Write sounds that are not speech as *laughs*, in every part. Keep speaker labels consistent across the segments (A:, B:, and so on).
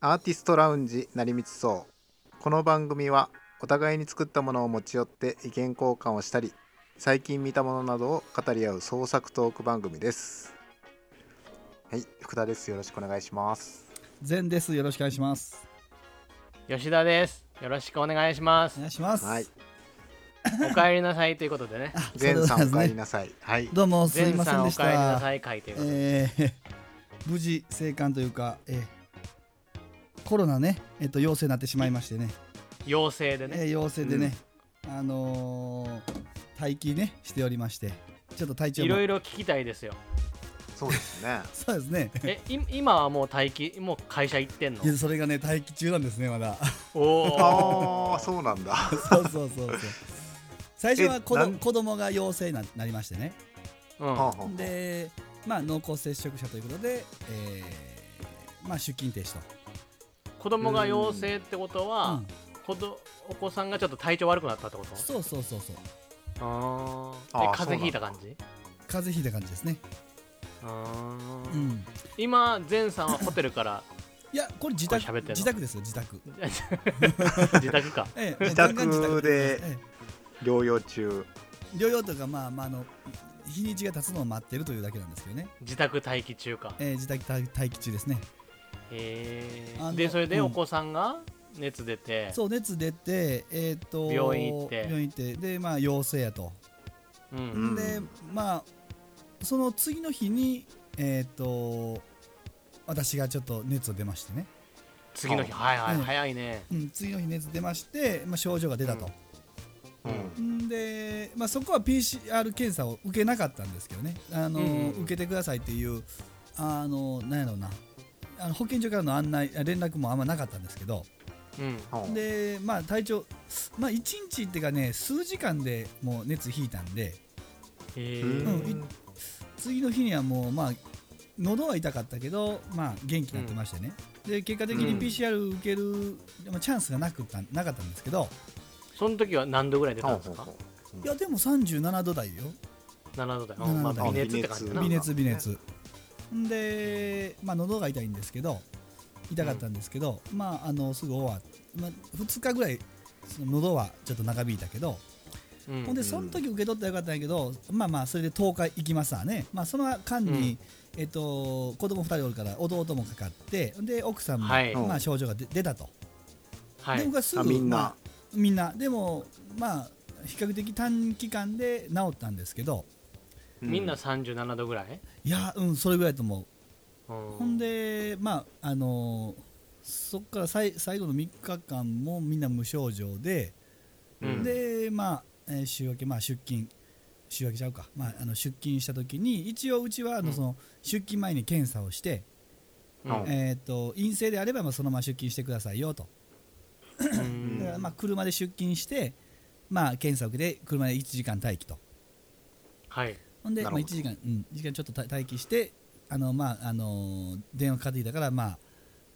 A: アーティストラウンジ成光そうこの番組はお互いに作ったものを持ち寄って意見交換をしたり最近見たものなどを語り合う創作トーク番組ですはい福田ですよろしくお願いします
B: 全です。よろしくお願いします。
C: 吉田です。よろしくお願いしま
B: お
C: す
B: 願。いします。
A: はい
C: お帰りなさいということでね。
A: 全さんお
B: そ
A: 帰
B: うです
A: り
B: ね。
A: なさいはい
B: どうもすい
C: 全
B: ませ
C: さ
B: ん
C: んお
B: でし
C: 帰りな
B: た。
C: さい会ということで。
B: えー、 *laughs* 無事生還というか、えー、コロナね、えっと陽性になってしまいましてね、
C: 陽性でね。
B: えー、陽性でね、あのー、待機ねしておりまして、ちょっと体調
C: い
B: も
C: ろいろ聞きたいですよ。
A: そうですね
B: そうです
C: *laughs*
B: ね。
C: え、い今はもう待機、もう会社行ってんの
B: いやそれがね待機中なんですねま
C: *laughs*
B: だ。
C: お
A: あ
C: お。
A: あそうなんだ
B: そうそうそうそう。最初は子
A: えな
B: ど
A: ん
B: 子供が陽性にななりましてね。
C: う。
A: ほ
C: ん。
A: うほうほう
B: で、まあ、濃厚接触者ということで、えーまあ、出勤停止と、
C: 子供が陽性ってこと
B: う
C: は
B: ん、
C: 子どお子さんがちょっと体調悪くなったってこと
B: そうそうそうそう
C: あ
A: あ
C: あ。え
A: ー、
C: 風邪ひいた感じ
B: 風邪ひいた感じですね、
C: あ
B: う
C: ー
B: ん、
C: 今、全さんはホテルから
B: いやこれ自宅
C: これ喋ってんの
B: 自宅ですよ自宅、
C: 自宅
B: *laughs*
C: か。
B: ええ
A: 自宅で
B: ガンガン自宅ですえ
A: 療養中
B: え療養とかまあまああの日にちが経つのを待ってるというだけなんですけどね、
C: 自宅待機中か。
B: ええ自宅待待機中ですね
C: へ
B: あ
C: え。
B: の
C: で、それで
B: うん
C: お子さんが熱出て。
B: そう熱出てえっ、と
C: 病院行って
B: 病院行ってでまあ陽性やと、
C: うん
A: うん
B: でまあその次の日にえっ、と私がちょっと熱を出ましてね
C: 次の日はいはい、
B: うん
C: 早いね
B: うん、次の日熱出まして、まあ、症状が出たと、
A: うん
B: んで、まあ、そこは PCR 検査を受けなかったんですけどね、あの
C: うんうん
B: 受けてくださいっていう、あのなんやろうな、あの保健所からの案内、あ連絡もあんまなかったんですけど、
C: うん
A: ほう
B: でまあ、体調、まあ、1日っていうかね、数時間でもう熱引いたんで、
C: へえ
A: うん
B: い次の日にはもう、まあ、喉は痛かったけど、まあ、元気になってましてね、で結果的
A: う
B: に
A: ん
B: PCR 受ける、まあチャンスがなくったなかったんですけど、
C: その時は何度ぐらい出たんです
A: ほう
C: か
A: ほうほ
B: いや、でも37度台よ。
C: 7度だよ、
B: 7度
C: まあ、
B: あ
C: 微熱って感じだな
A: 微
B: 微熱
A: うん
B: 微熱でまあ喉が痛いんですけど痛かったんですけど、まああのすぐ終わまあ、2日ぐらいその喉はちょっと長引いたけど、
C: うん
B: ほんでその時受け取ったらよかったんやけどまあまあそれで10日行きますわねまあその間に、えっと子供2人おるから弟もかかってで奥さんも、
C: はい
B: まあ、症状が出出たと、
C: は
B: で
C: い
B: 僕はすぐ
A: あみんな
B: まあみんなでもまあ比較的短期間で治ったんですけど
A: う
C: みんな37度ぐらい、
B: いやうんそれぐらいだと思う
C: う
B: ほんで、まああのーそこからさい最後の3日間もみんな無症状で、
C: うん
B: で、まあえー週明け、まあ、出勤、週明けちゃうか、まあ、あの出勤したときに、一応、うちはあの
C: うん
B: その出勤前に検査をして、
C: うん
A: うん
B: えー、と陰性であればまあそのまま出勤してくださいよと、だか
C: うん
B: らまあ車で出勤して、まあ、検査を受けて、車で1時間待機と、
C: はい
B: ほんで、
A: な
B: ま
A: る
B: あ、
A: ほど
B: 1時間、うん、一時間ちょっとた待機して、あのまああのー電話かかってきたから、まあ、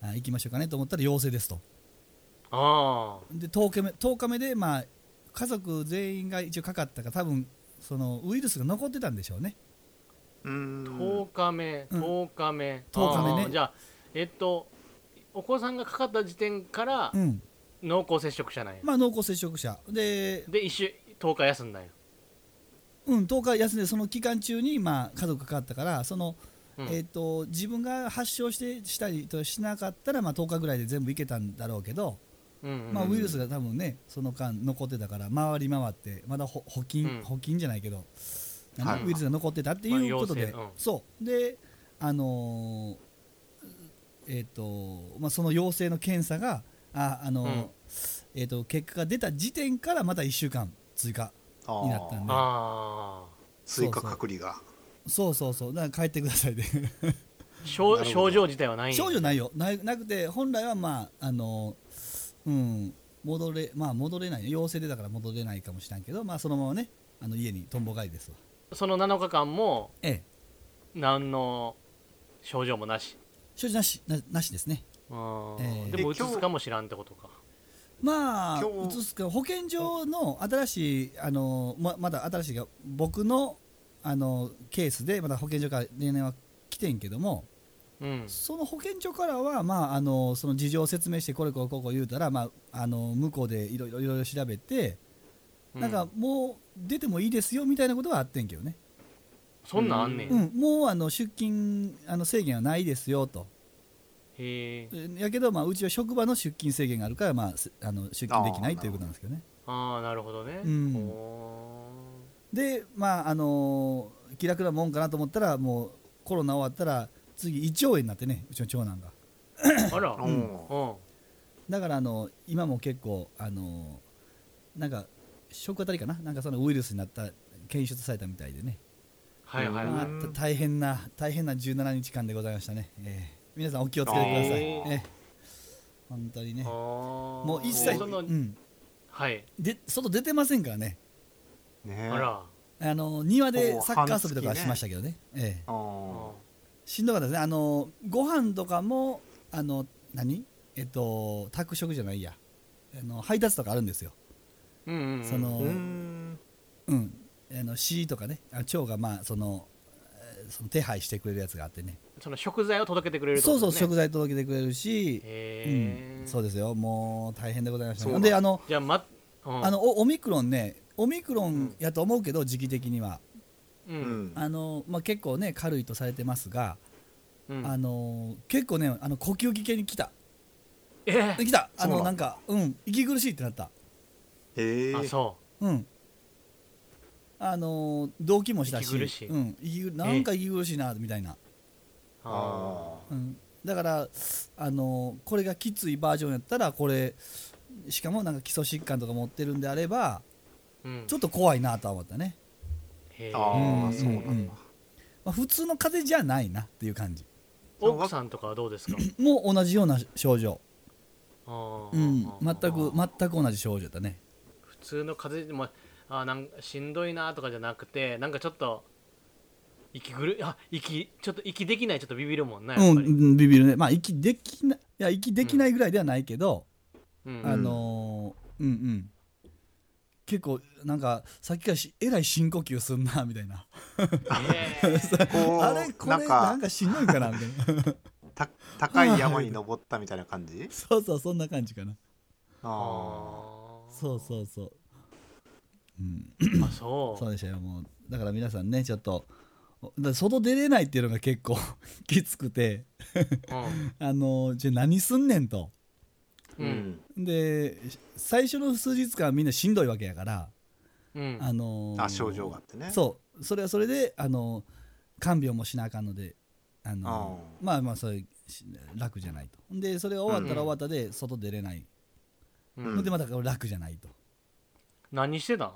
B: あ行きましょうかねと思ったら陽性ですと。
C: あ
B: で10日目 ,10 日目で、まあ、家族全員が一応かかったから多分そのウイルスが残ってたんでしょうね
A: う
C: あ
A: ん
C: 10日目
B: うん
C: 10日目、
B: 10日目ね
C: あーじゃあえっとお子さんがかかった時点から
B: うん
C: 濃厚接触者なんや、
B: まあ濃厚接触者で、
C: で一週10日休んだんや、
B: うん、10日休んでその期間中に、まあ、家族かかったからその、
C: うん
B: えっと自分が発症してしたりとしなかったら、まあ、10日ぐらいで全部いけたんだろうけど、
C: うんうん
B: まあ、ウイルスが多分ねその間残ってたから回り回ってまだほ補菌、
C: うん
B: 補菌じゃないけど、何
A: はい
B: ウイルスが残ってたっていうことで、
C: まあ陽性うん
B: そうであのーえっ、と、まあ、その陽性の検査がああのー
C: うん
B: えっ、と結果が出た時点からまた1週間追加
A: あ
B: になったん
A: ー
B: で
C: ああ
A: 追加隔離が
B: そうそうそうだから帰ってくださいで
A: な
C: 症
A: るほど
C: 症状自体はないんや
B: 症状ないよないなくて本来はまああのーうん戻れまあ戻れないね陽性出たから戻れないかもしれないけどまあそのままねあの家にとんぼ返りですわ
C: その7日間も
B: ええ
C: 何の症状もなし、
B: 所持なしななしですね
C: あー
B: えー
C: でもう
A: で今日
C: つかもしらんってことか
B: まあ
A: 今日
B: 移すか保健所の新しいあのままだ新しいが僕のあのケースでまだ保健所から連絡は来てんけども
C: うん
B: その保健所からは、まあ、あのその事情を説明してこれこれこうこう言うたら、まあ、あの向こうでいろいろいろいろ調べて、
C: う
B: なんかもう出てもいいですよみたいなことはあってんけどね、
C: そんなんあんねん、
B: う
C: へ
B: ん、もうあの出勤あの制限はないですよと
C: え
B: えやけど、まあ、うちは職場の出勤制限があるから、まあ、すあの出勤できない
A: あー
B: ということなんですけどね
C: ああなるほどね
B: うん
C: ほ
B: でまああのー気楽なもんかなと思ったらもうコロナ終わったら次胃腸炎になってねうちの長男が
C: ーあら
A: お
C: う
A: ー
C: ん
B: だからあの今も結構あのーなんか食あたりかななんかそのウイルスになった検出されたみたいでね、
C: はいはい
B: ま
C: は
B: あ
C: い
A: うん
B: た大変な大変な17日間でございましたね、ええ皆さんお気をつけてください、
C: へー
B: ええ本当にねも
C: も
B: う一切、
C: その
B: うん、
C: はい
B: で外出てませんからね
A: ね
C: あら
B: あの庭で
A: お
B: サッカー遊びとかはしましたけどねええ
A: あー
B: しんどかったですねあのご飯とかもあの何えっと宅食じゃないやあの配達とかあるんですよ、
C: うんうんうん
B: その
A: うーん
B: うんあの市とかねあ蝶がまあそのえーその手配してくれるやつがあってね
C: その食材を届けてくれるって
B: そ
C: こ
B: う
C: と
B: そう
C: ですね
B: 食材届けてくれるし、
C: へ
B: うん、
C: え
B: そうですよもう大変でございました、
A: そうな
B: ね、
A: ん
B: であの
C: じゃあま
B: あ
C: あ
B: のオオミクロンねオミクロ
A: う
B: ン
A: ん
B: やと思うけど時期的には、
C: う
A: うんん
B: あのまあ、結構ね軽いとされてますが、
C: うん
B: あの結構ねあの呼吸器系に来た
C: え
B: 来たあ
A: そう
B: の
A: な
B: な
A: の
B: んかうん息苦しいってなった
A: へえ
C: ーあそ
B: うんあのー動悸もしたし
C: 息苦しい
B: うん、息苦なんか息苦しいなみたいな、
C: うあ
B: うん、だからあのーこれがきついバージョンやったらこれしかもなんか基礎疾患とか持ってるんであれば
C: ーうん
B: ちょっと怖いなとは思ったね、
C: へ
A: あ
C: ー
A: ー
B: うん
A: そうなんだ、
B: うんまあ、普通の風邪じゃないなっていう感じ
C: 奥さんとかはどうですか
B: もう同じような症状、
C: あー
B: うん、全く全く同じ症状だね
C: 普通の風邪でもあーなんかしんどいなとかじゃなくてなんかちょっと息ぐるあ息ちょっと息できないちょっとビビるもんなや
B: う
C: っ
B: ん
C: ぱ
B: う
C: り
B: んビビるねまあ息できないいや息できないぐらいではないけど、
C: うん
B: あのーうんうん結構なんかさっきからしえらい深呼吸すんなみたいな
C: へ
B: *laughs*
C: ー
A: こう
B: あれこれ
A: な
B: なんん
A: か
B: かしんどいかなみたいな
A: た高い山に登ったみたいな感じ
B: そうそうそんな感じかな
A: あ
B: そうそうそう、うん、
C: あそう
B: そうでしたよもうだから皆さんねちょっとだから外出れないっていうのが結構 *laughs* きつくて
C: う
B: あのーじゃあ何すんねんと
A: ー
C: ん
B: で最初の数日間みんなしんどいわけやから、
C: うんうん
B: あのー
A: あ症状があってね
B: そうそれはそれであの看病もしなあかんのであ
A: う
B: の
A: ん
B: まあまあそれし楽じゃないとでそれが終わったら終わったで外出れない、
C: うん
A: うん
B: でまた楽じゃないと
C: 何してたん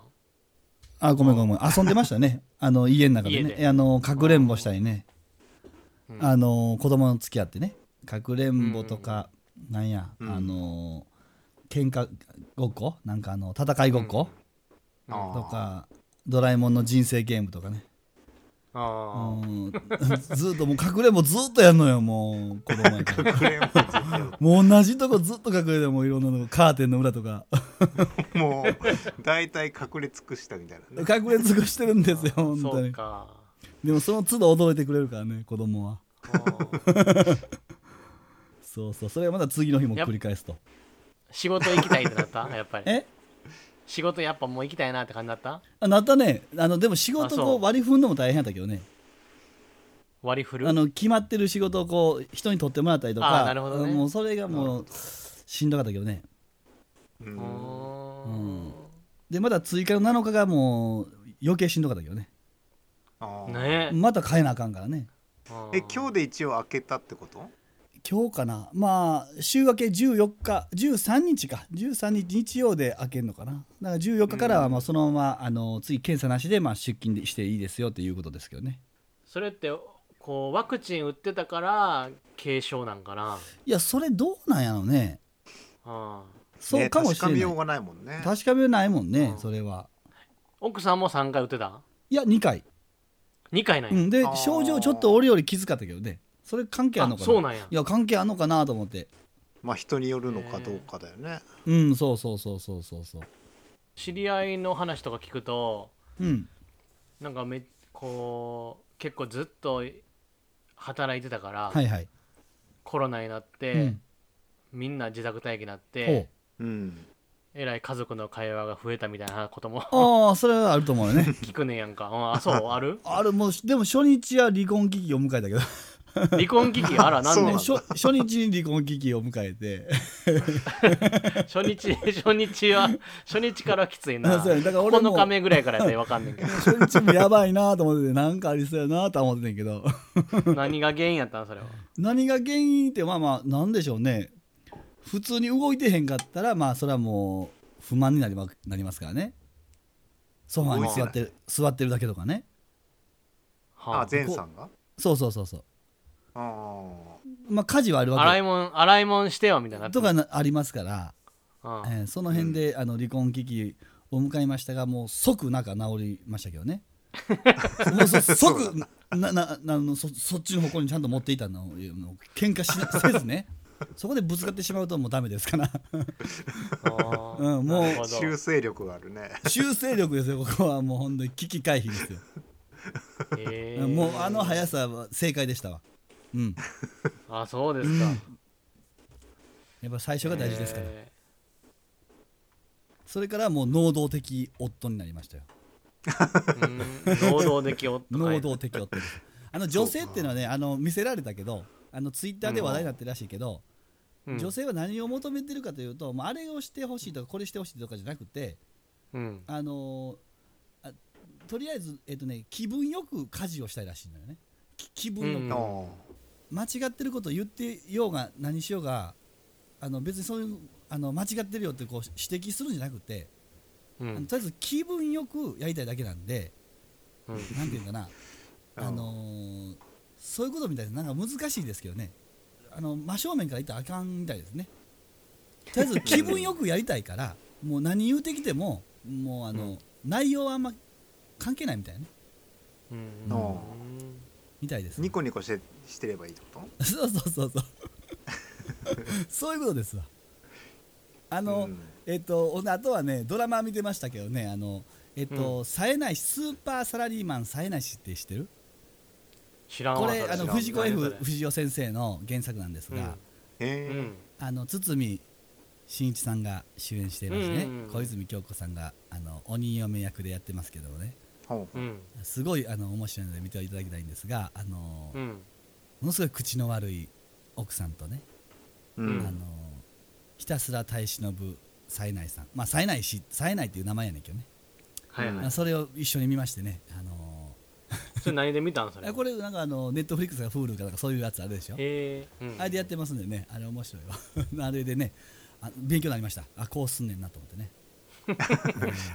B: あごめんごめん遊んでましたねあの家の中で
C: 家
B: ね
C: で
B: あのかくれんぼしたりね、
C: うん
B: あの子供の付き合ってねかくれんぼとか、なんや、
A: うん
B: あの喧嘩ごっこなんかあの戦いごっこ、
C: うん
A: あー
B: とかドラえもんの人生ゲームとかね
C: あ
B: うんずっともう隠れんぼずっとやんのよもう子供やから
A: クレームついてる
B: もう同じとこずっと隠れてもういろんなのカーテンの裏とか
A: *laughs* もう大体隠れ尽くしたみたいなね
B: 隠れ尽くしてるんですよ
C: あ
B: 本当
C: そう
B: に
C: か
B: でもその都度驚いてくれるからね子供は
C: うん
B: そうそうそれはまだ次の日も繰り返すと
C: 仕事行きたいってなったやっぱり
B: *laughs* え
C: 仕事やっぱもう行きたいなって感じだった
B: あなったねあのでも仕
C: あ
B: 事
C: そう
B: こう割り振るのも大変やったけどね
C: 割り振る
B: あの決まってる仕事をこう人に取ってもらったりとか
C: あなるほどね
B: もうそれがもうしんどかったけどね
A: う
C: うんん
B: でまだ追加の7日がもう余計しんどかったけどね
A: あー
C: ね
B: また変えなあかんからね
A: え今日で一応開けたってこと
B: 今日かなまあ週明け14日13日か13日日曜で開けるのかなだから14日からはまあそのまま、あの次検査なしでまあ出勤でしていいですよということですけどね
C: それってこうワクチン打ってたから軽症なんかない
B: やそれどうなんやろうね
C: うん
B: そうかもしれ
A: ね確か
B: ない、
A: めようがないもんね
B: 確かめようないもんね、
C: うん
B: それは
C: 奥さんも3回打ってた
B: いや2回、
C: 2回な
B: うん
C: や
B: ん、で
A: あー
B: 症状ちょっと俺よりきつかったけどねそれ関係あるの
C: あ
B: かな
C: そうなんや
B: いや関係あるのかなと思って
A: まあ人によるのかどうかだよね
B: うんそうそうそうそうそうそう
C: 知り合いの話とか聞くと
B: うん
C: なんかめこう結構ずっと働いてたから、
B: はいはい。
C: コロナになって、
B: うん
C: みんな自宅待機になっ
B: ほ
C: て
B: う
A: うん
C: えらい家族の会話が増えたみたいなことも *laughs*
B: ああ、それはあると思うよね。 *laughs*
C: 聞くねんやんか、うんあそうある
B: あれもう、でも初日は離婚危機を迎えたけど、
C: 離婚危機
B: *laughs*
C: あらなん
A: そう
C: で
A: なの
B: 初初日に離婚危機を迎えて、
C: 初日初日は初日からきつい *laughs* な
B: そうやね *laughs* だから俺も
C: 9日目ぐらいからやったら分かんねんけ
B: 初日もやばいなと思ってて、なんかありそうやなとは思ってたんやけど、 *laughs*
C: ど何が原因やったんそれは
B: 何が原因って、まあまあ、なんでしょうね。普通に動いてへんかったら、まあ、それはもう不満になりまなりますからね。ソファに座ってる、座ってるだけとかね。
A: あ
C: は
A: 前さんが
B: そうそうそうそう。
A: あー
B: まあ、家事はあるわけ
C: 洗い物洗い物してよみたいになって
B: と
C: る
B: かなありますから、 *laughs*
C: うん
B: えーその辺で、あの離婚危機を迎えましたがもう即仲治りましたけど
C: *laughs*
B: ねもうそ
A: そう
B: 即なななあのそそっちの方向にちゃんと持っていたのをもう喧嘩しなせず
C: *laughs*
B: ねそこでぶつかってしまうともうダメですから、
C: あー
B: うんもう
C: なるほど
A: 修正力があるね
B: 修正力ですよここはもう本当に危機回避ですよ、
C: へ
B: う
C: ー
B: んもうあの速さは正解でしたわうん
C: あそうですか、
B: やっぱ最初が大事ですから、
C: へ
B: それからもう能動的夫になりましたよ
C: ーうん能動的夫
B: *laughs* 能動的夫ですあの女性っていうのはねあの見せられたけどあのツイッターで話題になってるらしいけど、
C: うん
B: 女性は何を求めてるかというと、もうあれをしてほしいとかこれしてほしいとかじゃなくて、
C: うん
B: あのーあとりあえず、えっとね、気分よく家事をしたいらしいのよねき気分よく、
C: うん
A: あー
B: 間違ってることを言ってようが何しようがあの別にそういうあの間違ってるよってこう指摘するんじゃなくて、
C: う
B: あの
C: ん
B: とりあえず気分よくやりたいだけなんで
C: うん
B: なんていうかなあのーそういうことみたいですなんか難しいですけどねあの真正面から言ったらあかんみたいですねと
A: *laughs*
B: りあえず気分よくやりたいからもう何言うてきてももうあの、
C: うん
B: 内容はあんま関係ないみたいなね
C: うん
A: あ
B: みたいです、
A: ニコニコしてしてればいいってこと
B: *laughs* そうそうそ
A: *laughs*
B: うそうそういうことですわあの、
A: うん
B: えっとおあとはねドラマ見てましたけどねあのえっと、冴えないしスーパーサラリーマン冴えないしって知ってる
C: 知らんわ
B: これあ
C: そ
A: 知
B: の
A: らん
B: 藤子
C: 何
B: F
C: それ
B: 不二雄先生の原作なんですが、
C: うんう
A: へ
C: ん
B: あの堤真一さんが主演していますね、
C: うんうんうん
B: 小泉京子さんがあの鬼嫁役でやってますけどもね
A: えほう
C: うん
B: すごいあの面白いので見ていただきたいんですがあの、
C: う
B: も
C: ん
B: のすごい口の悪い奥さんとね、
A: う
C: うん
A: ん
B: あのひたすら耐え忍ぶ冴えないさんまあ冴えないし冴えないっていう名前やねんけどね、
C: はいはい
B: それを一緒に見ましてねあの
C: それ何で見たんそれ
B: えこれなんかあのネットフリックスが Hulu かなんかそういうやつあるでしょ
C: へえうん
B: あれでやってますんでねあれ面白いわ *laughs* あれでねあ勉強になりましたあこうすんねんなと思って
C: *laughs*
B: ね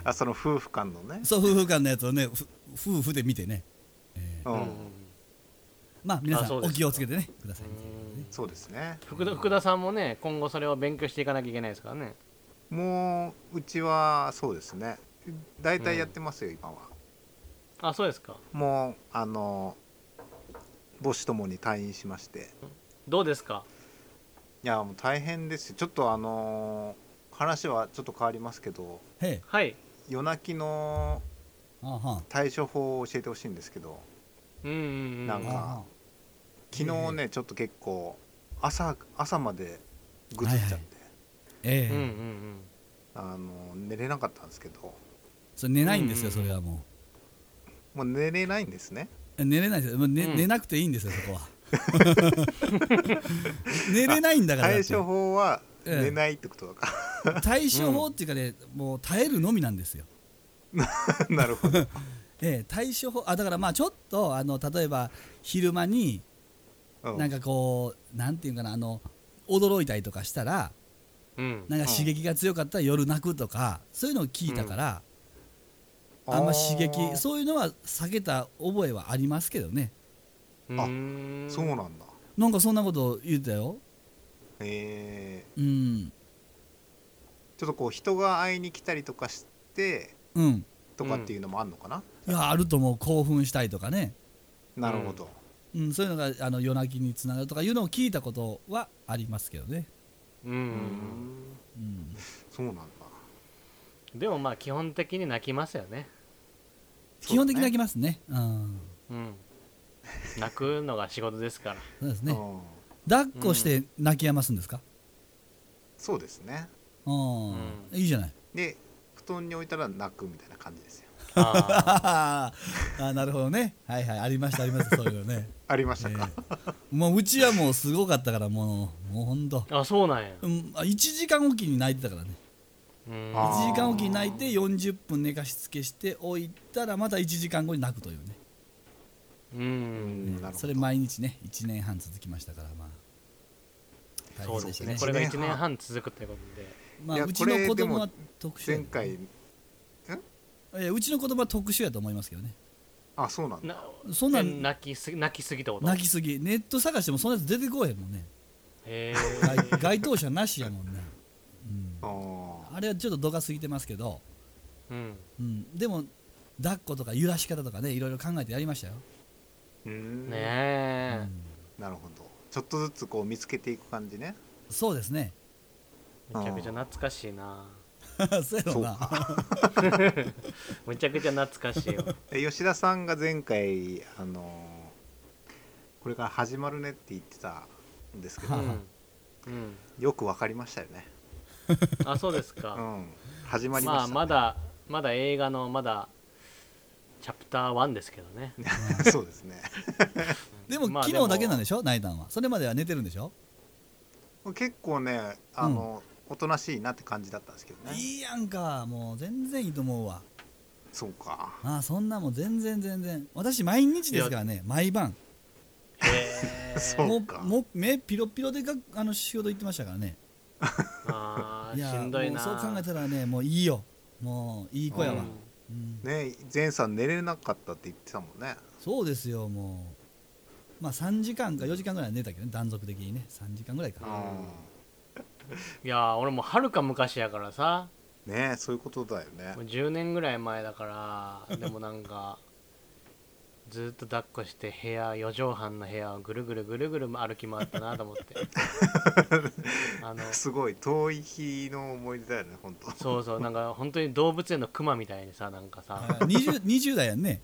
A: あその夫婦間のね
B: そう夫婦間のやつをねふ夫婦で見てね、えー
A: う
C: うん
A: ん
B: まあ皆
C: あ
B: さ
C: そ
B: ん
C: うで
B: お
C: す
B: 気をつけてねくださいね
C: うん
A: そうですね
C: 福田福田さんもね今後それを勉強していかなきゃいけないですからね
A: もううちはそうですね大体やってますよ、今は
C: あそうですか
A: もうあの母子ともに退院しまして
C: どうですか
A: いやもう大変ですよちょっとあの話はちょっと変わりますけど
B: へえ
C: はい
A: 夜泣きの
B: あはん
A: 対処法を教えてほしいんですけど
C: うんうんうん
A: なん
B: あ
A: か
B: は
A: 昨日ねちょっと結構朝朝までぐずっちゃって、
B: ええ
C: うんうんうん
A: あの寝れなかったんですけど
B: それ寝ないんですよ
C: うんう
B: そ
C: ん
B: れはも
A: もう寝れないんですね
B: う寝れないです、もう寝
C: うん
B: 寝なくていいんですよそこ
C: *laughs*
B: は寝れないんだからだっ
A: 対
B: て
A: 処法は
B: ええ
A: 寝ないってことだか
B: 対処法っていうかね、もう耐えるのみなんですよ
A: ら *laughs* なるほど
B: ええ対処法あだからまあちょっとあの例えば昼間に
A: うん
B: *laughs* なんかこうなんていうかなあの驚いたりとかしたら
C: うん
B: なんか刺激が強かったら夜泣くとかそういうのを聞いたから、あんま刺
A: あ
B: 激
A: ー
B: そういうのは避けた覚えはありますけどね
C: う
A: あ
C: ん
A: そうなんだ
B: なんかそんなこと言ってたよ
A: えー
B: うん
A: ちょっとこう人が会いに来たりとかして
B: うん
A: とかっていうのもあんのかな、
B: いやあるともう興奮したいとかね、
A: なるほど、
B: うん、そういうのがあの夜泣きにつながるとかいうのを聞いたことはありますけどね、
C: う
A: うん
B: うん、
A: そうなんだ
C: でもまあ基本的に泣きますよね
B: 基本的に泣きますねうん
C: うん泣くのが仕事ですから
B: そうです
A: う
B: ね
A: ん
B: 抱っこして泣き止ますんですか、
A: そうですね
B: あー
C: うん
B: いいじゃない
A: で布団に置いたら泣くみたいな感じですよ
C: *laughs* あ
B: あーあなるほどねはいはいありましたありましたそういうのね、
A: ありましたか、
B: ええもううちはもうすごかったからもうもうほんと、
C: ーあそうなんや
B: うん、あ1時間おきに泣いてたからね
C: うん
A: あー
B: 1時間おきに泣いて40分寝かしつけしておいたらまた1時間後に泣くというね
C: う
A: うんな
C: ん
A: るほど
B: それ毎日ね1年半続きましたからまあ
C: そうですね
A: そうですね
C: これが1年半続くということで
B: ま
A: い
B: あ、
A: や
B: うちの
A: これ
B: 子
A: でも
B: 供は特殊や
A: 前回
B: えうちの子供は特殊やと思いますけどね
A: あそうなんだ
C: な
B: そんなん
C: 泣きすぎ泣きすぎってこと
B: 泣きすぎネット探してもそんなやつ出てこうへんもんね
C: へ
B: 該 *laughs*
C: ー
B: 該当者なしやもんね、う
A: あ
B: ん、
A: ー
B: あれはちょっと度が過ぎてますけど、
C: うん
B: うん、でも抱っことか揺らし方とかねいろいろ考えてやりましたよ、
A: うーん
C: ね
B: う
C: え、
B: ん
A: なるほどちょっとずつこう見つけていく感じね
B: そうですね *laughs*
C: めちゃくちゃ懐かしいな
B: そうやろ
A: そう
B: な
A: か
C: めちゃくちゃ懐かしいよ
A: で吉田さんが前回あのーこれから始まるねって言ってたんですけ
C: う
A: ど、
B: は
C: ん、うん、
A: よくわかりましたよね
C: あそうです *laughs*
A: う
C: か、
A: ん始まりま
C: ま
A: した
C: あ
A: ね、
C: まだまだ映画のまだチャプター1ですけどね
A: *laughs* そうですね
B: *laughs* でも、
C: まあ
B: 昨日だけなん
C: で
B: でしょナイタンはそれまでは寝てるんでしょ
A: 結構ねあの、おとなしいなって感じだったんですけどね
B: いいやんかもう全然いいと思うわ
A: そうか
B: ああそんなもん全然全然私毎日ですからね毎晩
C: も *laughs* へー
A: そう
B: も
A: か
B: うもう目ピロピロでがあの仕事行ってましたからね
C: あー
B: いや
C: しんどいな
B: もうそう考えたらねもういいよもういい子やわ、うん
A: ね前さん寝れなかったって言ってたもんね
B: そうですよもうまあ3時間か4時間ぐらいは寝たけどね断続的にね3時間ぐらいか
C: いやー俺もはるか昔やからさ
A: ねそういうことだよね
C: もう10年ぐらい前だからでもなんかずっと抱っこして部屋4畳半の部屋をぐるぐるぐるぐる歩き回ったなと思って
B: *laughs*
C: あの
A: すごい遠い日の思い出だよね本当
C: そうそうなんか本当に動物園のクマみたいにさなんかさ、
B: ら 20, 20代やんね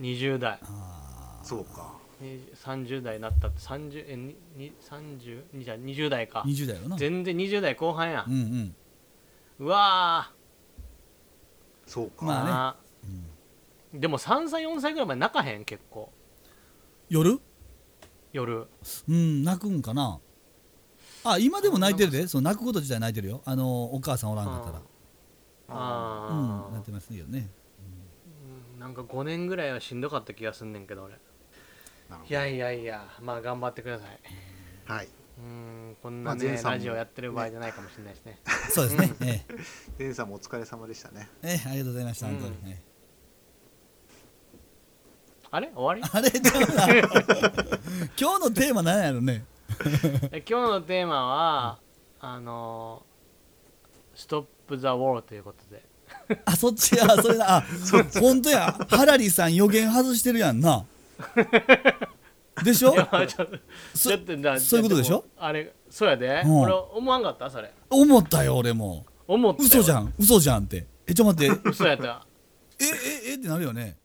C: 20代
B: ああ
A: そうか
C: 20 30代になったって30えにに30にじゃあ20代か
B: 20代やろなう
C: 全然20代後半や
B: ん、うん
C: うわ
A: そうか、
C: ー、
B: まあね
C: あ
B: うん、
C: ーでも3歳4歳ぐらいまで泣かへん結構
B: 夜
C: 夜
B: うん泣くんかなあ今でも泣いてるでその泣くこと自体泣いてるよあのお母さんおらんかったら
C: あー
B: うん泣いてますよね
C: うんなんか5年ぐらいはしんどかった気がすんねんけど俺
A: なるほ
C: いやいやいやまあ頑張ってください
A: どはい
C: うんこん
A: ま
C: な
A: あ
C: ね、
A: 前さんも
C: ラジオやってる場合じゃないかもしれないですね
B: そうです
C: *laughs*
B: ね、ええ
A: 前さんもお疲れ様でした
B: *laughs*
A: ね
B: ええありがとうございました、
C: うん
B: 本当にええ
C: あれ終わ
B: あれちゃうな *laughs* 今日のテーマ何やろね *laughs*
C: りえ今日のテーマはあのー「ストップ・ザ・ウォー」ということ
B: *laughs*
C: で
B: あそっちやそれな
C: *laughs*
B: あ本当やハラリさん予言外してるやん
C: *laughs*
B: なでしょ
C: いやちょっと
B: そ
C: だってな
B: そういうことでしょ
C: もあれそうやで、
B: うん
C: 俺思わんかったそれ
B: 思ったよ俺も
C: 思ったよ
B: 嘘じゃん嘘じゃんってえちょっと待って
C: 嘘やった
B: えええってなるよね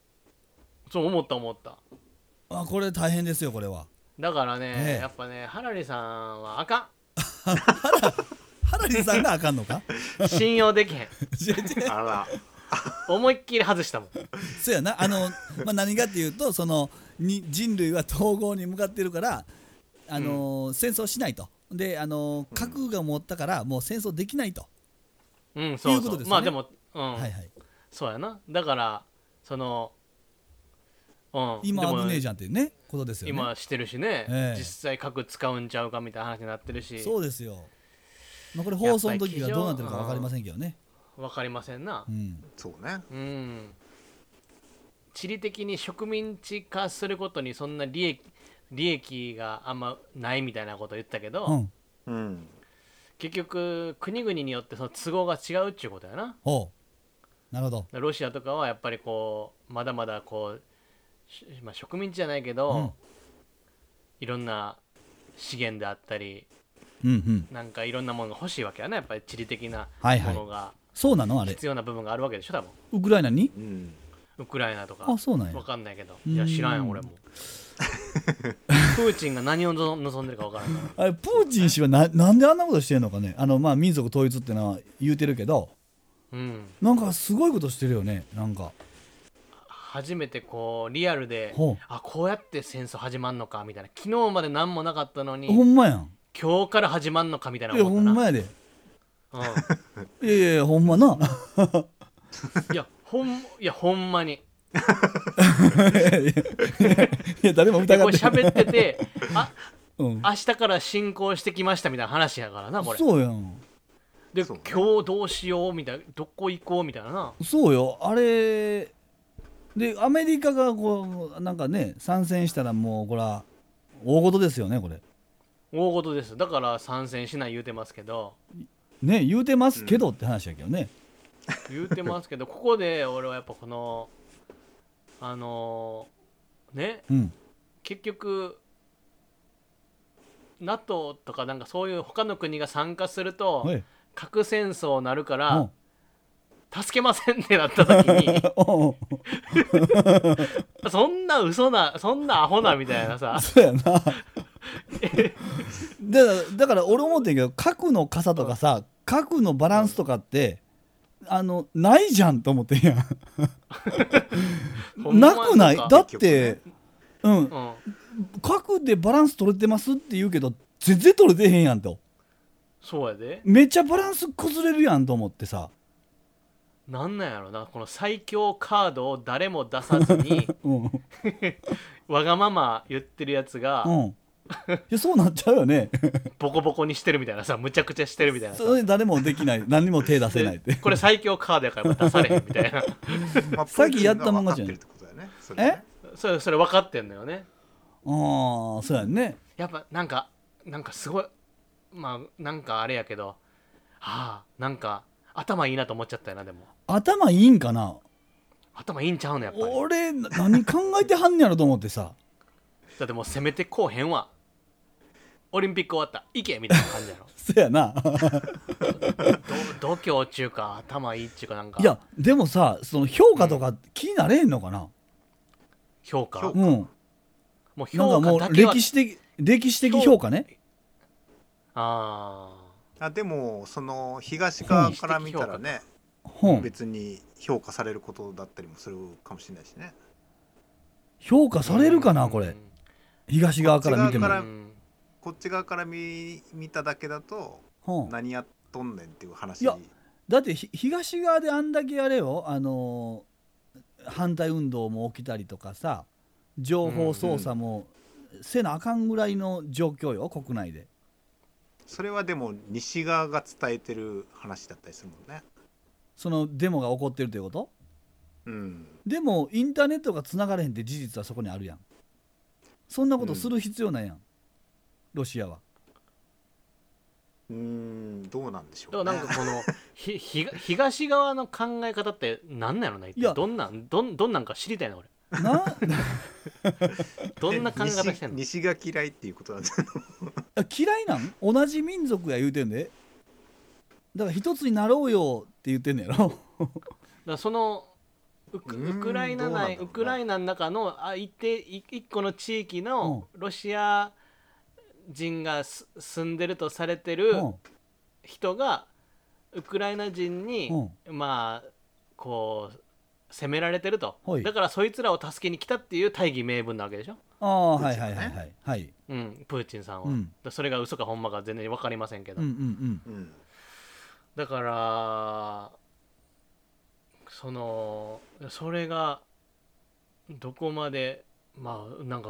C: そう思った思った
B: あこれ大変ですよこれは
C: だからね、
B: ええ
C: やっぱねハラリさんはあか
B: ハラリさんがあかんのか
C: *laughs* ん信用でき
B: *laughs*
C: へん
B: 違う違う
A: あら
C: 思いっきり外したもん
B: そうやなあの、まあ、何かっていうとそのに人類は統合に向かってるからあの、戦争しないとであの核が持ったからもう戦争できないと、
C: うんそうそう
B: いうことですよね
C: まあでもうん、
B: はいはい、
C: そうやなだからそのうん
B: 今
C: でも
B: 危ねえじゃんっていうねことですよね
C: 今してるしね、
B: ええ
C: 実際核使うんちゃうかみたいな話になってるし
B: そうですよ、まあ、これ放送の時がどうなってるか分かりませんけどね、
C: わかりませんな
B: うん、
A: そうね
C: うん地理的に植民地化することにそんな利益利益があんまないみたいなこと言ったけど、
B: うん
A: うん
C: 結局国々によってその都合が違うっちゅうことやな
B: ほうなるほど
C: ロシアとかはやっぱりこうまだまだこう、しまあ、植民地じゃないけど、
B: うん
C: いろんな資源であったり
B: うんうん
C: なんかいろんなものが欲しいわけやなやっぱり地理的な
B: はいは
C: も
B: い
C: のが
B: そうなのあれ
C: 必要な部分があるわけでしょ多分
B: *laughs* ウクライナに
A: うん
C: ウクライナとか
B: あそうなんや
C: わかんないけど
B: うん
C: いや知らんよ
B: *laughs*
C: 俺もプーチンが何を望んでるかわからんか
B: あれプーチン氏はななんであんなことしてんのかねあの、まあ、民族統一ってのは言うてるけど
C: らうん
B: なんかすごいことしてるよねなんか
C: 初めてこうリアルで
B: ほう
C: あこうやって戦争始まんのかみたいな昨日まで何もなかったのに
B: ほんまやん
C: 今日から始まんのかみたいない
B: や
C: 思
B: ほ
C: った
B: ん
C: な
B: まやで
C: うん
B: いやいやいやほんまな *laughs*
C: いやほんいやほんまに
B: いやいやい *laughs* や誰も
C: いや
B: 疑
C: こ
B: っ
C: れ
B: てない
C: 喋っててあ
B: うん
C: 明日から進行してきましたみたいな話やからなこれ
B: そうやん
C: で
A: そうね
C: 今日どうしようみたいなどこ行こうみたいなな
B: そうよあれでアメリカがこうなんかね参戦したらもうこれは大事ですよねこれ
C: 大事ですだから参戦しない言うてますけど
B: ね言うてますけどって話やけどね、
C: 言うてますけどここで俺はやっぱこのあのーね
B: うん、
C: 結局 NATO とかなんかそういう他の国が参加すると
B: はい
C: 核戦争になるか
B: うん *laughs*
C: ら助けませんってなった時に *laughs*
B: うんうん
C: そんな嘘なそんなアホなみたいな
B: *laughs*
C: さ
B: そうや
C: *laughs*
B: なだからだから俺思ってんけど核の傘とかさ核のバランスとかって、あのないじゃんと思ってんや
C: ほ
B: ん
C: んま
B: なくない
C: んか
B: だって、うん
C: うん
B: 核でバランス取れてますって言うけど全然取れてへんやんと
C: そうやで
B: めっちゃバランス崩れるやんと思ってさ
C: なんなんやろなこの最強カードを誰も出さず
B: *laughs*
C: に
B: うん、う
C: わがまま言ってるやつが
B: ん、いやそうなっちゃうよ
C: *laughs*
B: ね
C: ボコボコにしてるみたいなさむちゃくちゃしてるみたいなさ
B: それで誰もできない何にも手出せないっ
C: *laughs* で
B: て
C: これ最強カードやから出されへんみたいな *laughs*
A: まあ、
B: さっきやったもん
A: が
B: 勝
A: 分
B: ち
A: かっ
B: や
A: て
B: ね
A: るってことだよね。それね
C: それそれ分かってんのよね
B: ああそうやんね
C: やっぱなんかなんかすごいまあなんかあれやけどはあなんか頭いいなと思っちゃったよなでも
B: 頭いいんかな
C: 頭いいんちゃうのやっぱり
B: 俺な何考えてはんねやろと思ってさ *laughs*
C: だってもう攻めてこうへんわオリンピック終わった行けみたいな感じや
B: *laughs*
C: ろ
B: そや
C: *laughs*
B: な
C: ど度胸っちゅうか頭いいっちゅうかなんか
B: いやでもさその評価とか気になれへんのかな、
C: 評価
A: 評
B: うん
C: もう
B: なんか
C: 評
B: も
C: 価だ
B: う
C: けは
B: 歴史的歴史的評価ね
C: あ
A: あでもその東側から見たらね、
B: 本
A: 別に評価されることだったりもするかもしれないしね。
B: 評価
C: あ
B: されるかなこれ東側から見
A: こっち
B: ても
A: 側から
C: うん
A: こっち側から見見ただけだと
B: うん
A: 何やっとんねんっていう話
B: いやだってひ東側であんだけあれよ、あのー反対運動も起きたりとかさ情報操作もせなあかんぐらいの状況よ国内で
A: それはでも西側が伝えてる話だったりするもんね。
B: そのデモが起こってるということ
A: うん、
B: でもインターネットがつながれへんって事実はそこにあるやんそんなことする必要ないやん、ロシアは
A: うーんどうなんでしょ
C: だ
A: う
C: か
A: ね。
C: らなんかこ
A: *laughs*
C: のひひ東側の考え方って何なのない
B: いや
C: どんなんどんどんなんか知りたいな俺
B: な *laughs*
C: どんな考え方してん
A: *laughs*
C: の
A: 西西が嫌いっていうことなんじゃない
B: 嫌いなん同じ民族や言うてんでだから一つになろうよって言ってんねやろ
C: だからそのウク
A: うーん
C: ウクライナ内、
A: どうなんだろうな
C: ウクライナの中のあ一定い一個の地域のロシア人がす住んでるとされてる
B: う
C: 人がウクライナ人に、
B: んうん
C: まあこう攻められてると、
B: はい
C: だからそいつらを助けに来たっていう大義名分なわけでしょ、
B: ああ
A: プー
B: はい
A: チン
B: はい
A: はね
B: はいはいはい
C: うん、プーチンさんは、
B: うん
C: だからそれが嘘かほんまか全然分かりませんけど、
B: うんうん
A: うん
C: だからそのそれがどこまでまあなんか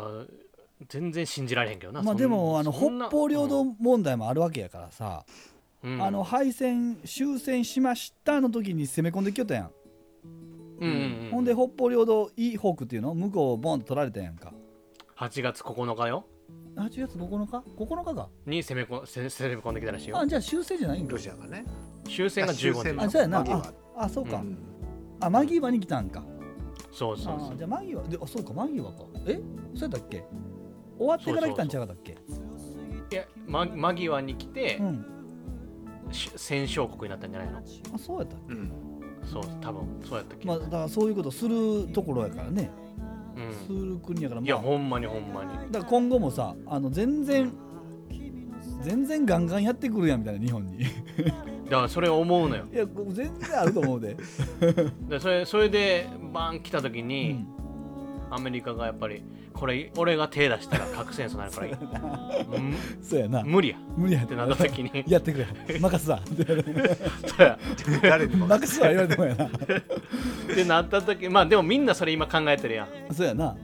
C: 全然信じられへんけど
B: う、
C: なん
B: まあ
C: そん
B: でもあの
C: そん
B: 北
C: な
B: 方領土問題もあるわけやからさ、
C: うん
B: あの敗戦終戦しましたの時に攻め込んできよったやん、
C: うんうんうん
B: ほんで北方領土イーホークっていうの向こうをボンと取られたやんか
C: 8月9日よ
B: 8月9日9日か
C: に攻めこせ攻め込んできたらしいよ
B: あじゃあ終戦じゃないんか
A: ロシアがね。
C: 終戦が15
A: 終戦
C: 日
B: あそうやな
A: マギーは
B: ああそうか、
A: うん
B: あマギーバに来たんか
C: そうそう
B: あ
C: そう
B: ーじゃあマギーバであそうかマギーバかえそうやったっけ終わってから来たんちゃうかったっけ
C: いや、ま、間際に来て
B: う、ん
C: し戦勝国になったんじゃないの
B: あそうやったっ
A: うん *laughs*
C: そう多分そうやった気
B: まあ、
C: がす
B: だ
C: る
B: からそういうことするところやからね、す
C: う
B: る国やから、
C: ん、
B: ま
C: いや
B: あ、
C: ほんまにほんまに
B: だから今後もさあの全然、全然ガンガンやってくるやんみたいな日本にい
C: だからそれ思うのよ
B: やこう全然あると思うで、
C: でそれそれでバーン来た時
B: う
C: に
B: ん、
C: アメリカがやっぱりこれ俺が手出したら核戦争になる
B: *laughs*
C: からいいうん
B: そうやな
C: 無理や
B: 無理やっ
C: ってなった時に
B: やってくれ任
C: *laughs*
B: すわ
C: そうや
A: 誰にも
B: 任すわ言われてもやな
C: ってなった時まあでもみんなそれ今考えてるやんだか
B: そうやな、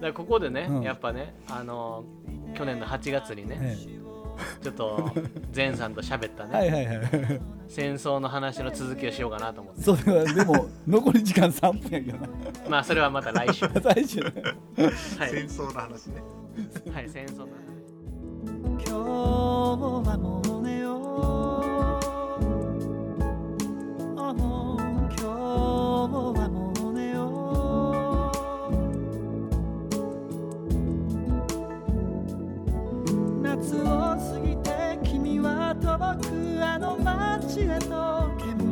C: らここでね、
B: うん
C: やっぱねあの去年の8月にね、
B: え
C: ちょっと前さんと喋った
B: え
C: ね、
B: はいはいはい
C: 戦争の話の続きをしようかなと思って
B: そうだからでも残り時間3分やけどな
C: まあそれはま
B: *laughs*
C: た来週は
B: 最初
A: 戦
C: い、
A: 争の話ね
C: はい、戦争の話
B: 今日はもう寝ようあもう今日はもう寝よう夏を過ぎて君は遠くあの街へと煙